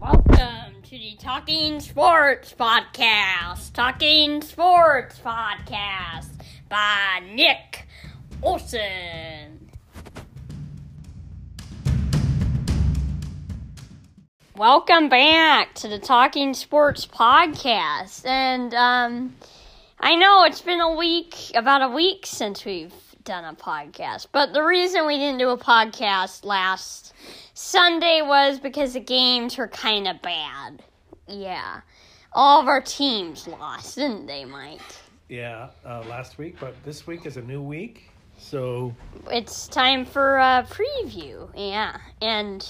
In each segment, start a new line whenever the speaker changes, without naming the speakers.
Welcome to the Talking Sports Podcast. Talking Sports Podcast by Nick Olson. Welcome back to the Talking Sports Podcast. And um, I know it's been a week, about a week since we've done a podcast, but the reason we didn't do a podcast last Sunday was because the games were kind of bad. Yeah. All of our teams lost, didn't they, Mike?
Yeah, uh, last week, but this week is a new week. So
It's time for a preview. Yeah. And,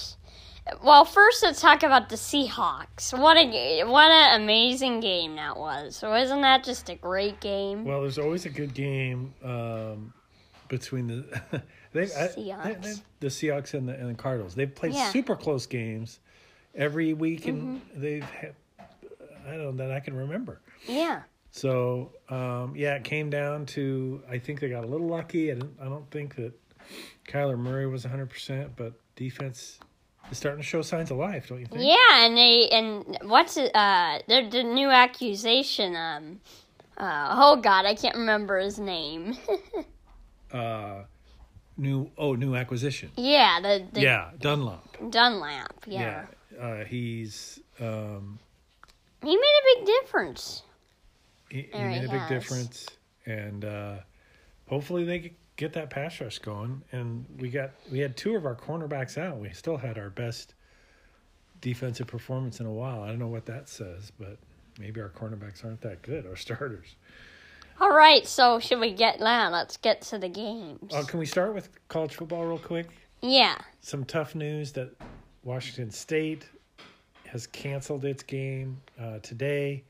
well, first let's talk about the Seahawks. What a ga- what an amazing game that was. So, isn't that just a great game?
well, there's always a good game um, between the they, I, they,
Seahawks.
they- the Seahawks and the, and the Cardinals. They've played
Yeah. Mm-hmm.
super close games every week, and they've had, I don't know that I can remember.
yeah.
So um, yeah, it came down to I think they got a little lucky. I, didn't, I don't think that Kyler Murray was 100, percent but defense is starting to show signs of life, don't you think?
Yeah, and they and what's it, uh the, the new accusation um uh oh god I can't remember his name
Uh, new oh new acquisition.
yeah the, the
yeah, Dunlop.
Dunlap yeah.
Yeah, Uh, he's um,
he made a big difference
he, he
There
made
he
a big
has.
difference, and uh, hopefully they could get that pass rush going. And we got we had two of our cornerbacks out. We still had our best defensive performance in a while. I don't know what that says, but maybe our cornerbacks aren't that good. Our starters.
all right so should we get now let's get to the games
Uh, can we start with college football real quick?
yeah
some tough news that Washington State has canceled its game uh, today,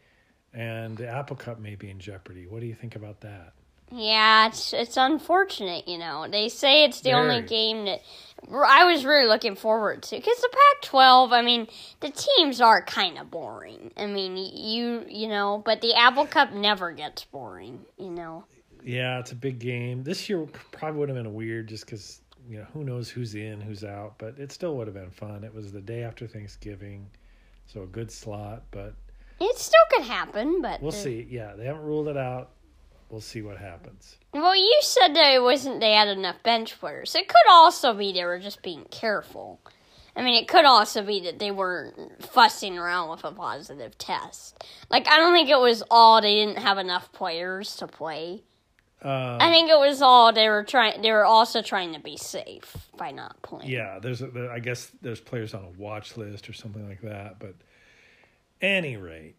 and the Apple Cup may be in jeopardy. What do you think about that?
yeah it's it's unfortunate you know they say it's the only
Very.
game that I was really looking forward to because the Pac-12 I mean the teams are kind of boring I mean you you know but the Apple Cup never gets boring you know
Yeah, it's a big game. This year probably would have been weird just because you know who knows who's in, who's out, but it still would have been fun. It was the day after Thanksgiving, so a good slot. But
It still could happen, but
we'll
uh,
see. Yeah, they haven't ruled it out. We'll see what happens.
Well, you said that it wasn't they had enough bench players. It could also be they were just being careful. I mean, it could also be that they weren't fussing around with a positive test. Like, I don't think it was all they didn't have enough players to play.
Um,
I think it was all they were trying. They were also trying to be safe by not playing.
Yeah, there's a, there, I guess there's players on a watch list or something like that. But any rate,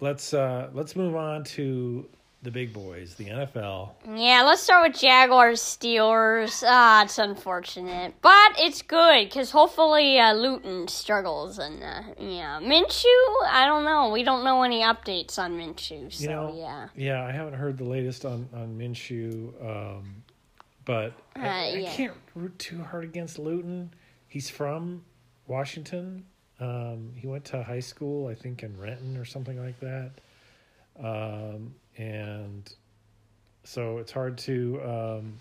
let's uh, let's move on to the big boys, the NFL.
Yeah, let's start with Jaguars Steelers. Ah, it's unfortunate, but it's good because hopefully uh, Luton struggles and uh, yeah, Minshew. I don't know. We don't know any updates on Minshew, so
You know,
yeah.
yeah, I haven't heard the latest on on Minshew, um, but I,
Uh,
I
yeah.
can't root too hard against Luton. He's from Washington. Um, he went to high school, I think, in Renton or something like that. Um, and so it's hard to um,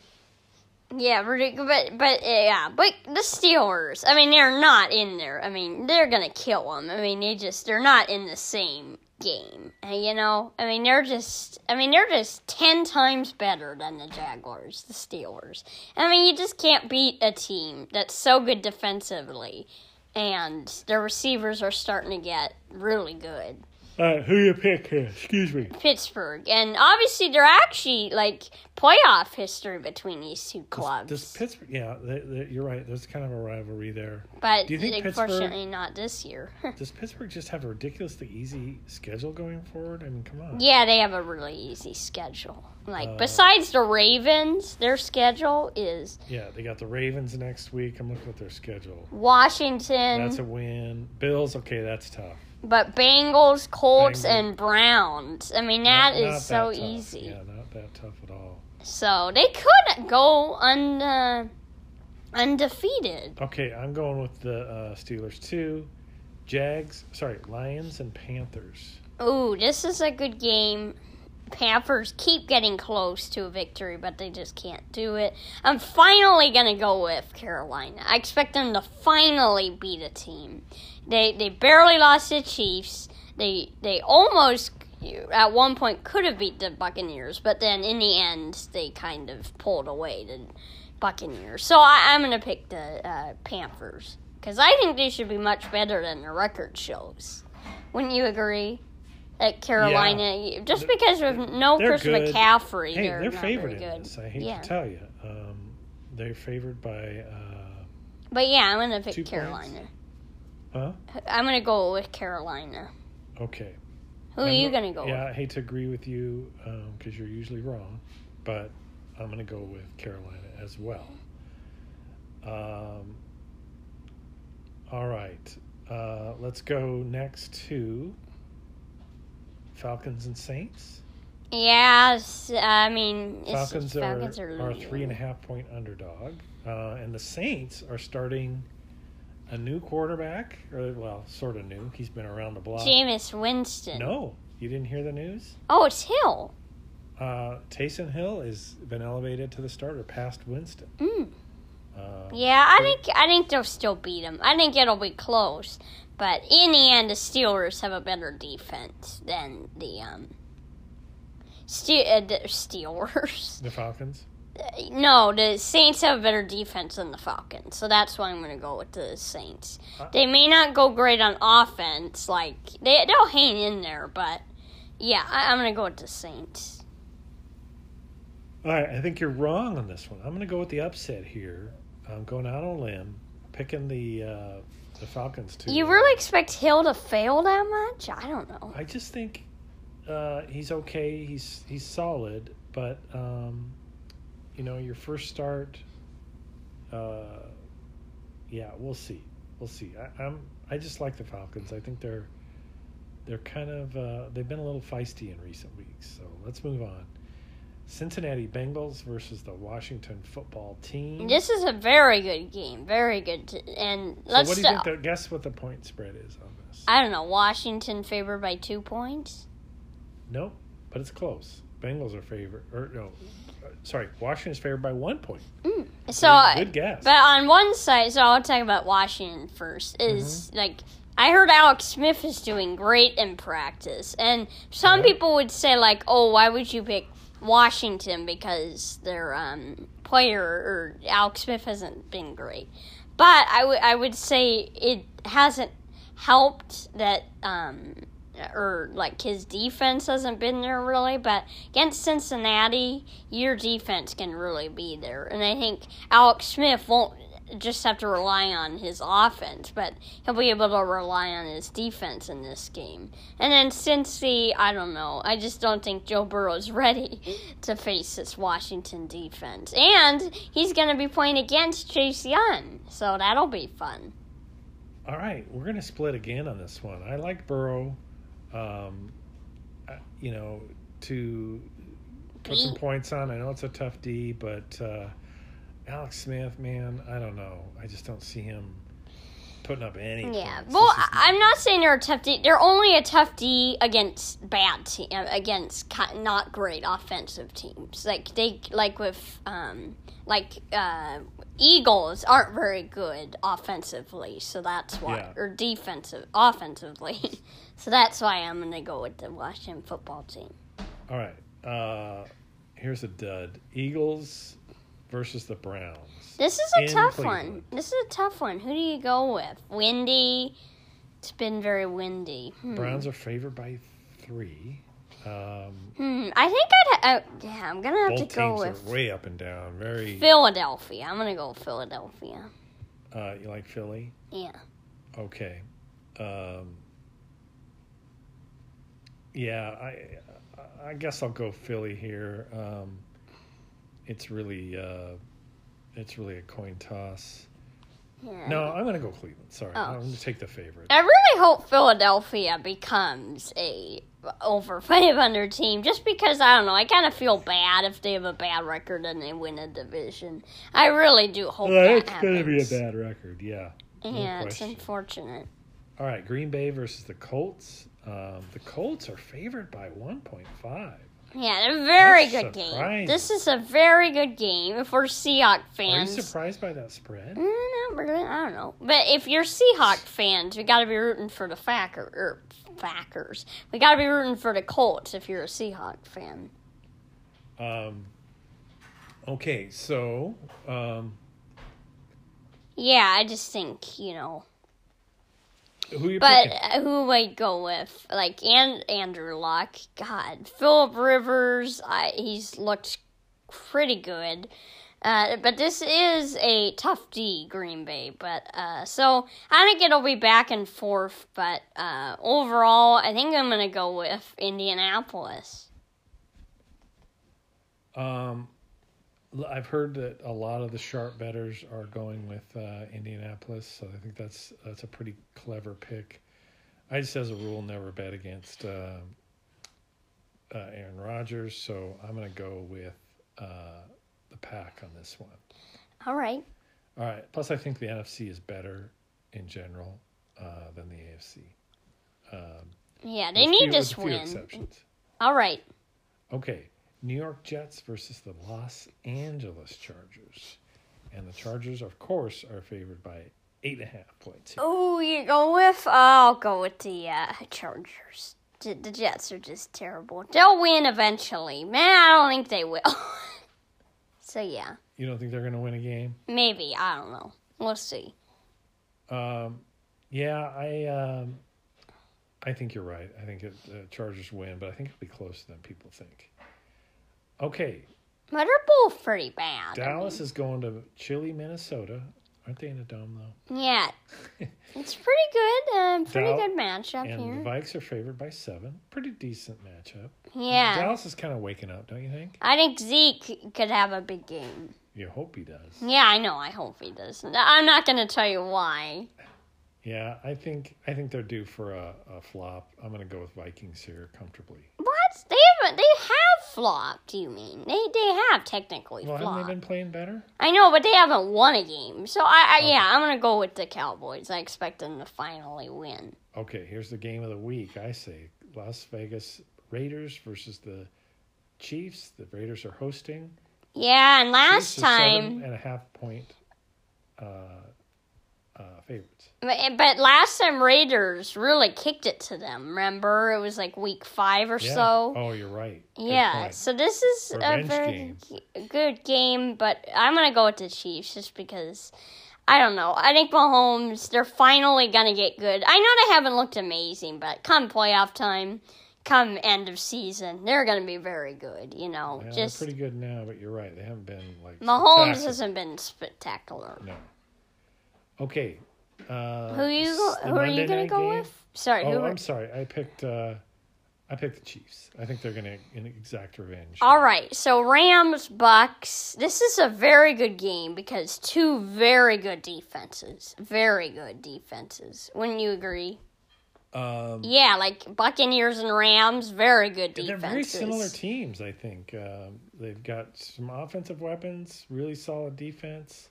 Yeah, ridic- but but yeah, but the Steelers. I mean, they're not in there. I mean, they're gonna kill them. I mean, they just they're not in the same game. Uh, You know, I mean, they're just. I mean, they're just ten times better than the Jaguars, the Steelers. I mean, you just can't beat a team that's so good defensively, and their receivers are starting to get really good.
Uh, who you pick here? Excuse me.
Pittsburgh, and obviously, they're actually like playoff history between these two clubs.
Does Pittsburgh? Yeah, they, they, you're right. There's kind of a rivalry there.
But
Do you think
unfortunately, not this year.
Does Pittsburgh just have a ridiculously easy schedule going forward? I mean, come on.
yeah, they have a really easy schedule. Like
Uh,
besides the Ravens, their schedule is
Yeah, they got the Ravens next week. I'm looking at their schedule. That's
Washington,
a win. Bills, okay, that's tough.
but Bengals, Colts,
Bengals.
and Browns. I mean, that
Not-
is
not
so
tough.
easy.
Yeah, not that tough at all.
So they could go un uh, undefeated.
Okay, I'm going with the uh, Steelers too. Jags, sorry, Lions and Panthers.
Ooh, this is a good game. Pampers keep getting close to a victory, but they just can't do it. I'm finally gonna go with Carolina. I expect them to finally beat a team. They they barely lost to the Chiefs. They they almost at one point could have beat the Buccaneers, but then in the end they kind of pulled away the Buccaneers. So I, I'm gonna pick the uh, Panthers because I think they should be much better than the record shows. Wouldn't you agree? At Carolina, just
They're-
because with no
they're
Chris
good.
McCaffrey,
Hey,
they're,
they're
not very
favored in
good.
this. I hate
yeah,
to tell you, um, they're favored by uh,
but yeah, I'm gonna
Two
pick
points.
Carolina.
huh?
I'm gonna go with Carolina.
Okay.
Who are
I'm-
you gonna go
Yeah, I hate to agree with you because you're usually wrong, but I'm going to go with Carolina as well. Um, all right, uh, let's go next to Falcons and Saints.
with? Yes, I mean it's,
Falcons,
Falcons
are,
are,
are
losing.
three and a half point underdog, uh, and the Saints are starting a new quarterback, or well, sort of new. He's been around the block.
Jameis Winston.
No, you didn't hear the news.
Oh, it's Hill.
Uh, Taysom Hill has been elevated to the starter past Winston.
Mm.
Uh,
Yeah, I
Who-
think I think they'll still beat him. I think it'll be close, but in the end, the Steelers have a better defense than the um. Ste- uh, the Steelers.
The Falcons.
No, the Saints have a better defense than the Falcons, so that's why I'm going to go with the Saints.
Uh,
They may not go great on offense, like they they'll hang in there, but yeah, I, I'm going to go with the Saints.
All right, I think you're wrong on this one. I'm going to go with the upset here. I'm going out on a limb, picking the uh, the Falcons too.
You really expect Hill to fail that much? I don't know.
I just think uh, he's okay. He's he's solid, but um, you know, your first start. Uh, yeah, we'll see. We'll see. I, I'm. I just like the Falcons. I think they're they're kind of uh, they've been a little feisty in recent weeks. So let's move on. Cincinnati Bengals versus the Washington Football Team.
This is a very good game, very good, t- and
so
let's.
what do you think?
st-
The, guess what the point spread is on this?
I don't know. Washington favored by two points.
Nope, but it's close. Bengals are favored, or no, uh, sorry, Washington's favored by one point.
So,
Good- good guess.
but on one side, so I'll talk about Washington first. Is like I heard Alex Smith is doing great in practice, and some
Yeah.
people would say like, "Oh, why would you pick Washington because their um, player or Alex Smith hasn't been great?" But I would I would say it hasn't helped that um or like his defense hasn't been there really, but against Cincinnati, your defense can really be there. And I think Alex Smith won't just have to rely on his offense, but he'll be able to rely on his defense in this game. And then since the I don't know, I just don't think Joe Burrow's ready to face this Washington defense. And he's gonna be playing against Chase Young, so that'll be fun.
All right, we're gonna split again on this one. I like Burrow, um, uh, you know, to put some
Beat.
points on. I know it's a tough D, but uh, Alex Smith, man, I don't know. I just don't see him putting up any.
Yeah,
points.
well,
This is-
I- I'm not saying they're a tough D. They're only a tough D against bad team, against ki- not great offensive teams. Like they, like with, um, like uh, Eagles aren't very good offensively, so that's why,
Yeah.
or defensive, offensively, so that's why I'm gonna go with the Washington football team.
All right, uh, here's a dud: Eagles versus the Browns.
This is a
In
tough
Cleveland.
one. This is a tough one. Who do you go with? Windy. It's been very windy. Hmm.
Browns are favored by three. Um,
Hmm, I think I'd. Uh, yeah, I'm gonna have
both
to go
teams
with
are way up and down. Very,
Philadelphia. I'm gonna go with Philadelphia.
uh, you like Philly?
Yeah.
Okay. Um, yeah, I, I guess I'll go Philly here. Um, it's really, uh, it's really a coin toss.
yeah.
No, I'm gonna go Cleveland. Sorry,
Oh.
I'm gonna take the favorite.
I really hope Philadelphia becomes a over 500 team just because I don't know. I kind of feel bad if they have a bad record and they win a division. I really do hope that
That's
happens.
gonna be a bad record. Yeah.
Yeah,
no
it's
question.
unfortunate.
All right, Green Bay versus the Colts. Um, the Colts are favored by 1.5.
Yeah, a very
That's
good game.
surprising.
This is a very good game if we're Seahawk
Are you
fans.
surprised by that spread?
Mm, not really. I don't know. But if you're Seahawk fans, we got to be rooting for the Facker, er, Fackers. We got to be rooting for the Colts if you're a Seahawk fan.
Um, okay, so um,
Yeah, I just think you know.
who you
But
picking?
uh, who would I go with? Like and Andrew Luck. God, Philip Rivers. I, he's looked pretty good. Uh, but this is a tough D, Green Bay. But uh, so I think it'll be back and forth. But uh, overall, I think I'm gonna go with Indianapolis.
Um, l- I've heard that a lot of the sharp betters are going with uh, Indianapolis, so I think that's that's a pretty clever pick. I just, as a rule, never bet against uh, uh, Aaron Rodgers, so I'm going to go with uh, the pack on this one.
All right.
All right. Plus, I think the NFC is better in general uh, than the AFC.
Yeah, they
With
need
few- with
this
a few
win.
Exceptions.
All right.
Okay, New York Jets versus the Los Angeles Chargers, and the Chargers, of course, are favored by eight and a half points. here.
Oh, you go with? I'll go with the uh, Chargers. The, the Jets are just terrible. They'll win eventually. Man, I don't think they will. so yeah,
You don't think they're going to win a game?
maybe I don't know. We'll see.
Um, yeah, I, um, I think you're right. I think it, the Chargers win, but I think it'll be closer than people think. Okay,
But they're both pretty bad.
Dallas is going to chilly Minnesota. Aren't they in a dome though?
Yeah, it's pretty good. Uh, pretty
Dal-
good matchup
And
here.
the Vikes are favored by seven. Pretty decent matchup.
yeah,
Dallas is kind of waking up, don't you think?
I think Zeke could have a big game.
You hope he does.
Yeah, I know. I hope he does. I'm not gonna tell you why.
Yeah, I think I think they're due for a, a flop. I'm gonna go with Vikings here comfortably.
What? They haven't. They have flopped. You mean they? They have technically
Well, haven't
flopped.
they been playing better?
I know, but they haven't won a game. So I, I yeah, I'm gonna go with the Cowboys. I expect them to finally win.
Okay, here's the game of the week. I say Las Vegas Raiders versus the Chiefs. The Raiders are hosting.
Yeah, and last
Chiefs are
time,
seven and a half point uh, uh, favorites.
but, eh, but last time Raiders really kicked it to them. Remember, it was like week five or
Yeah.
so.
oh, you're right. Good
Yeah,
point.
so this is
Revenge
a very
game.
g- good game, but I'm gonna go with the Chiefs just because I don't know. I think Mahomes, they're finally gonna get good. I know they haven't looked amazing, but come playoff time, come end of season, they're gonna be very good. You know,
Yeah,
just
they're pretty good now, but you're right. They haven't been like
Mahomes
spectacular.
hasn't been spectacular.
No. Okay. Uh,
Who you
s-
go-
the
who are you
Monday
gonna
night
go
game?
with? Sorry, who?
Oh,
are-
I'm sorry. I picked. Uh, I picked the Chiefs. I think they're gonna in exact revenge.
All right, so Rams Bucks. This is a very good game because two very good defenses, very good defenses. Wouldn't you agree?
Um,
Yeah, like Buccaneers and Rams, very good
they're
defenses.
very similar teams. I think um, they've got some offensive weapons, really solid defense.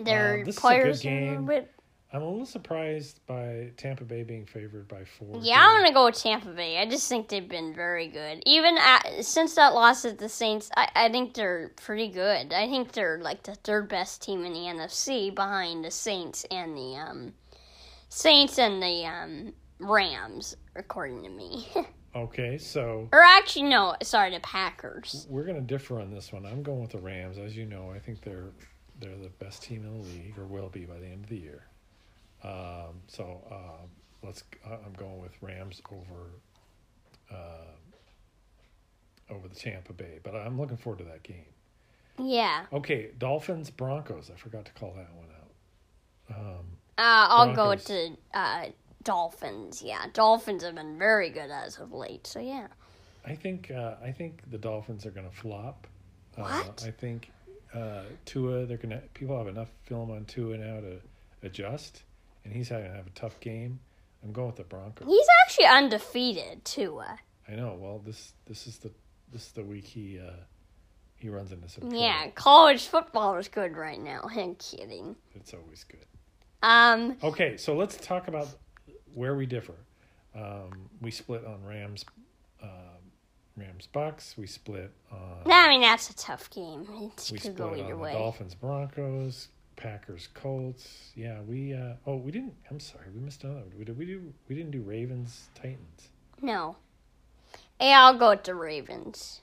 Their
Um, this is a good
players are a little
game.
bit.
I'm a little surprised by Tampa Bay being favored by four.
Yeah, I'm gonna go with Tampa Bay. I just think they've been very good. Even at, since that loss at the Saints, I, I think they're pretty good. I think they're like the third best team in the NFC behind the Saints and the um, Saints and the um, Rams, according to me.
Okay, so
or actually, no, sorry, the Packers.
we're gonna differ on this one. I'm going with the Rams, as you know. I think they're they're the best team in the league, or will be by the end of the year. Um, so um let's. Uh, I'm going with Rams over uh, over the Tampa Bay, but I'm looking forward to that game.
Yeah,
Okay, Dolphins Broncos. I forgot to call that one out. Um,
uh, I'll go with
Broncos.
the uh, Dolphins. Yeah, Dolphins have been very good as of late. So yeah.
I think uh, I think the Dolphins are going to flop.
What?
Uh, I think uh, Tua. They're going to people have enough film on Tua now to adjust, and he's going to have a tough game. I'm going with the Broncos.
He's actually undefeated too. Uh,
I know. Well, this this is the this is the week he uh, he runs into some. trouble.
yeah, college football is good right now. I'm kidding.
it's always good.
Um,
Okay, so let's talk about where we differ. Um, we split on Rams um, Rams Bucks. We split on
I mean, that's a tough game. It
we
could
split
go
on
either
the
way.
Dolphins Broncos, Packers Colts. Yeah, we uh oh we didn't I'm sorry, we missed another one. We did we do we didn't do Ravens Titans.
No. Yeah, I'll go with the Ravens.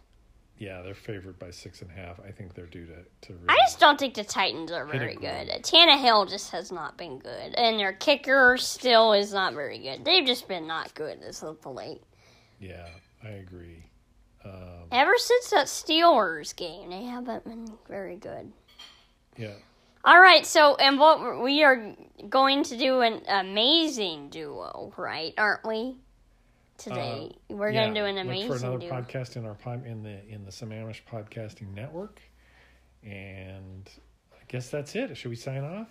Yeah, they're favored by six and a half. I think they're due to, to
I just don't think the Titans are
Hit a
very
groove.
good. Tannehill just has not been good, and their kicker still is not very good. They've just been not good as of late.
Yeah, I agree. Um
Ever since that Steelers game, they haven't been very good.
yeah.
All right, so and what we're- we are going to do an amazing duo, right? Aren't we? Today we're
Uh, yeah,
going to do an amazing
Look for another
duo.
podcast in our pod, in the in the Sammamish Podcasting Network. And I guess that's it. Should we sign off?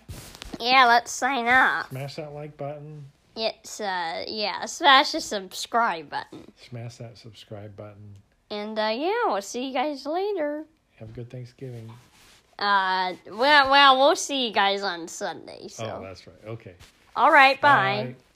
yeah, let's sign up.
Smash that like button.
It's uh yeah, smash the subscribe button,
Smash that subscribe button.
and uh, yeah, we'll see you guys later.
Have a good Thanksgiving.
Uh, well, well, we'll see you guys on Sunday. So,
Oh, that's right. Okay.
all right, bye.
Oh, Bye.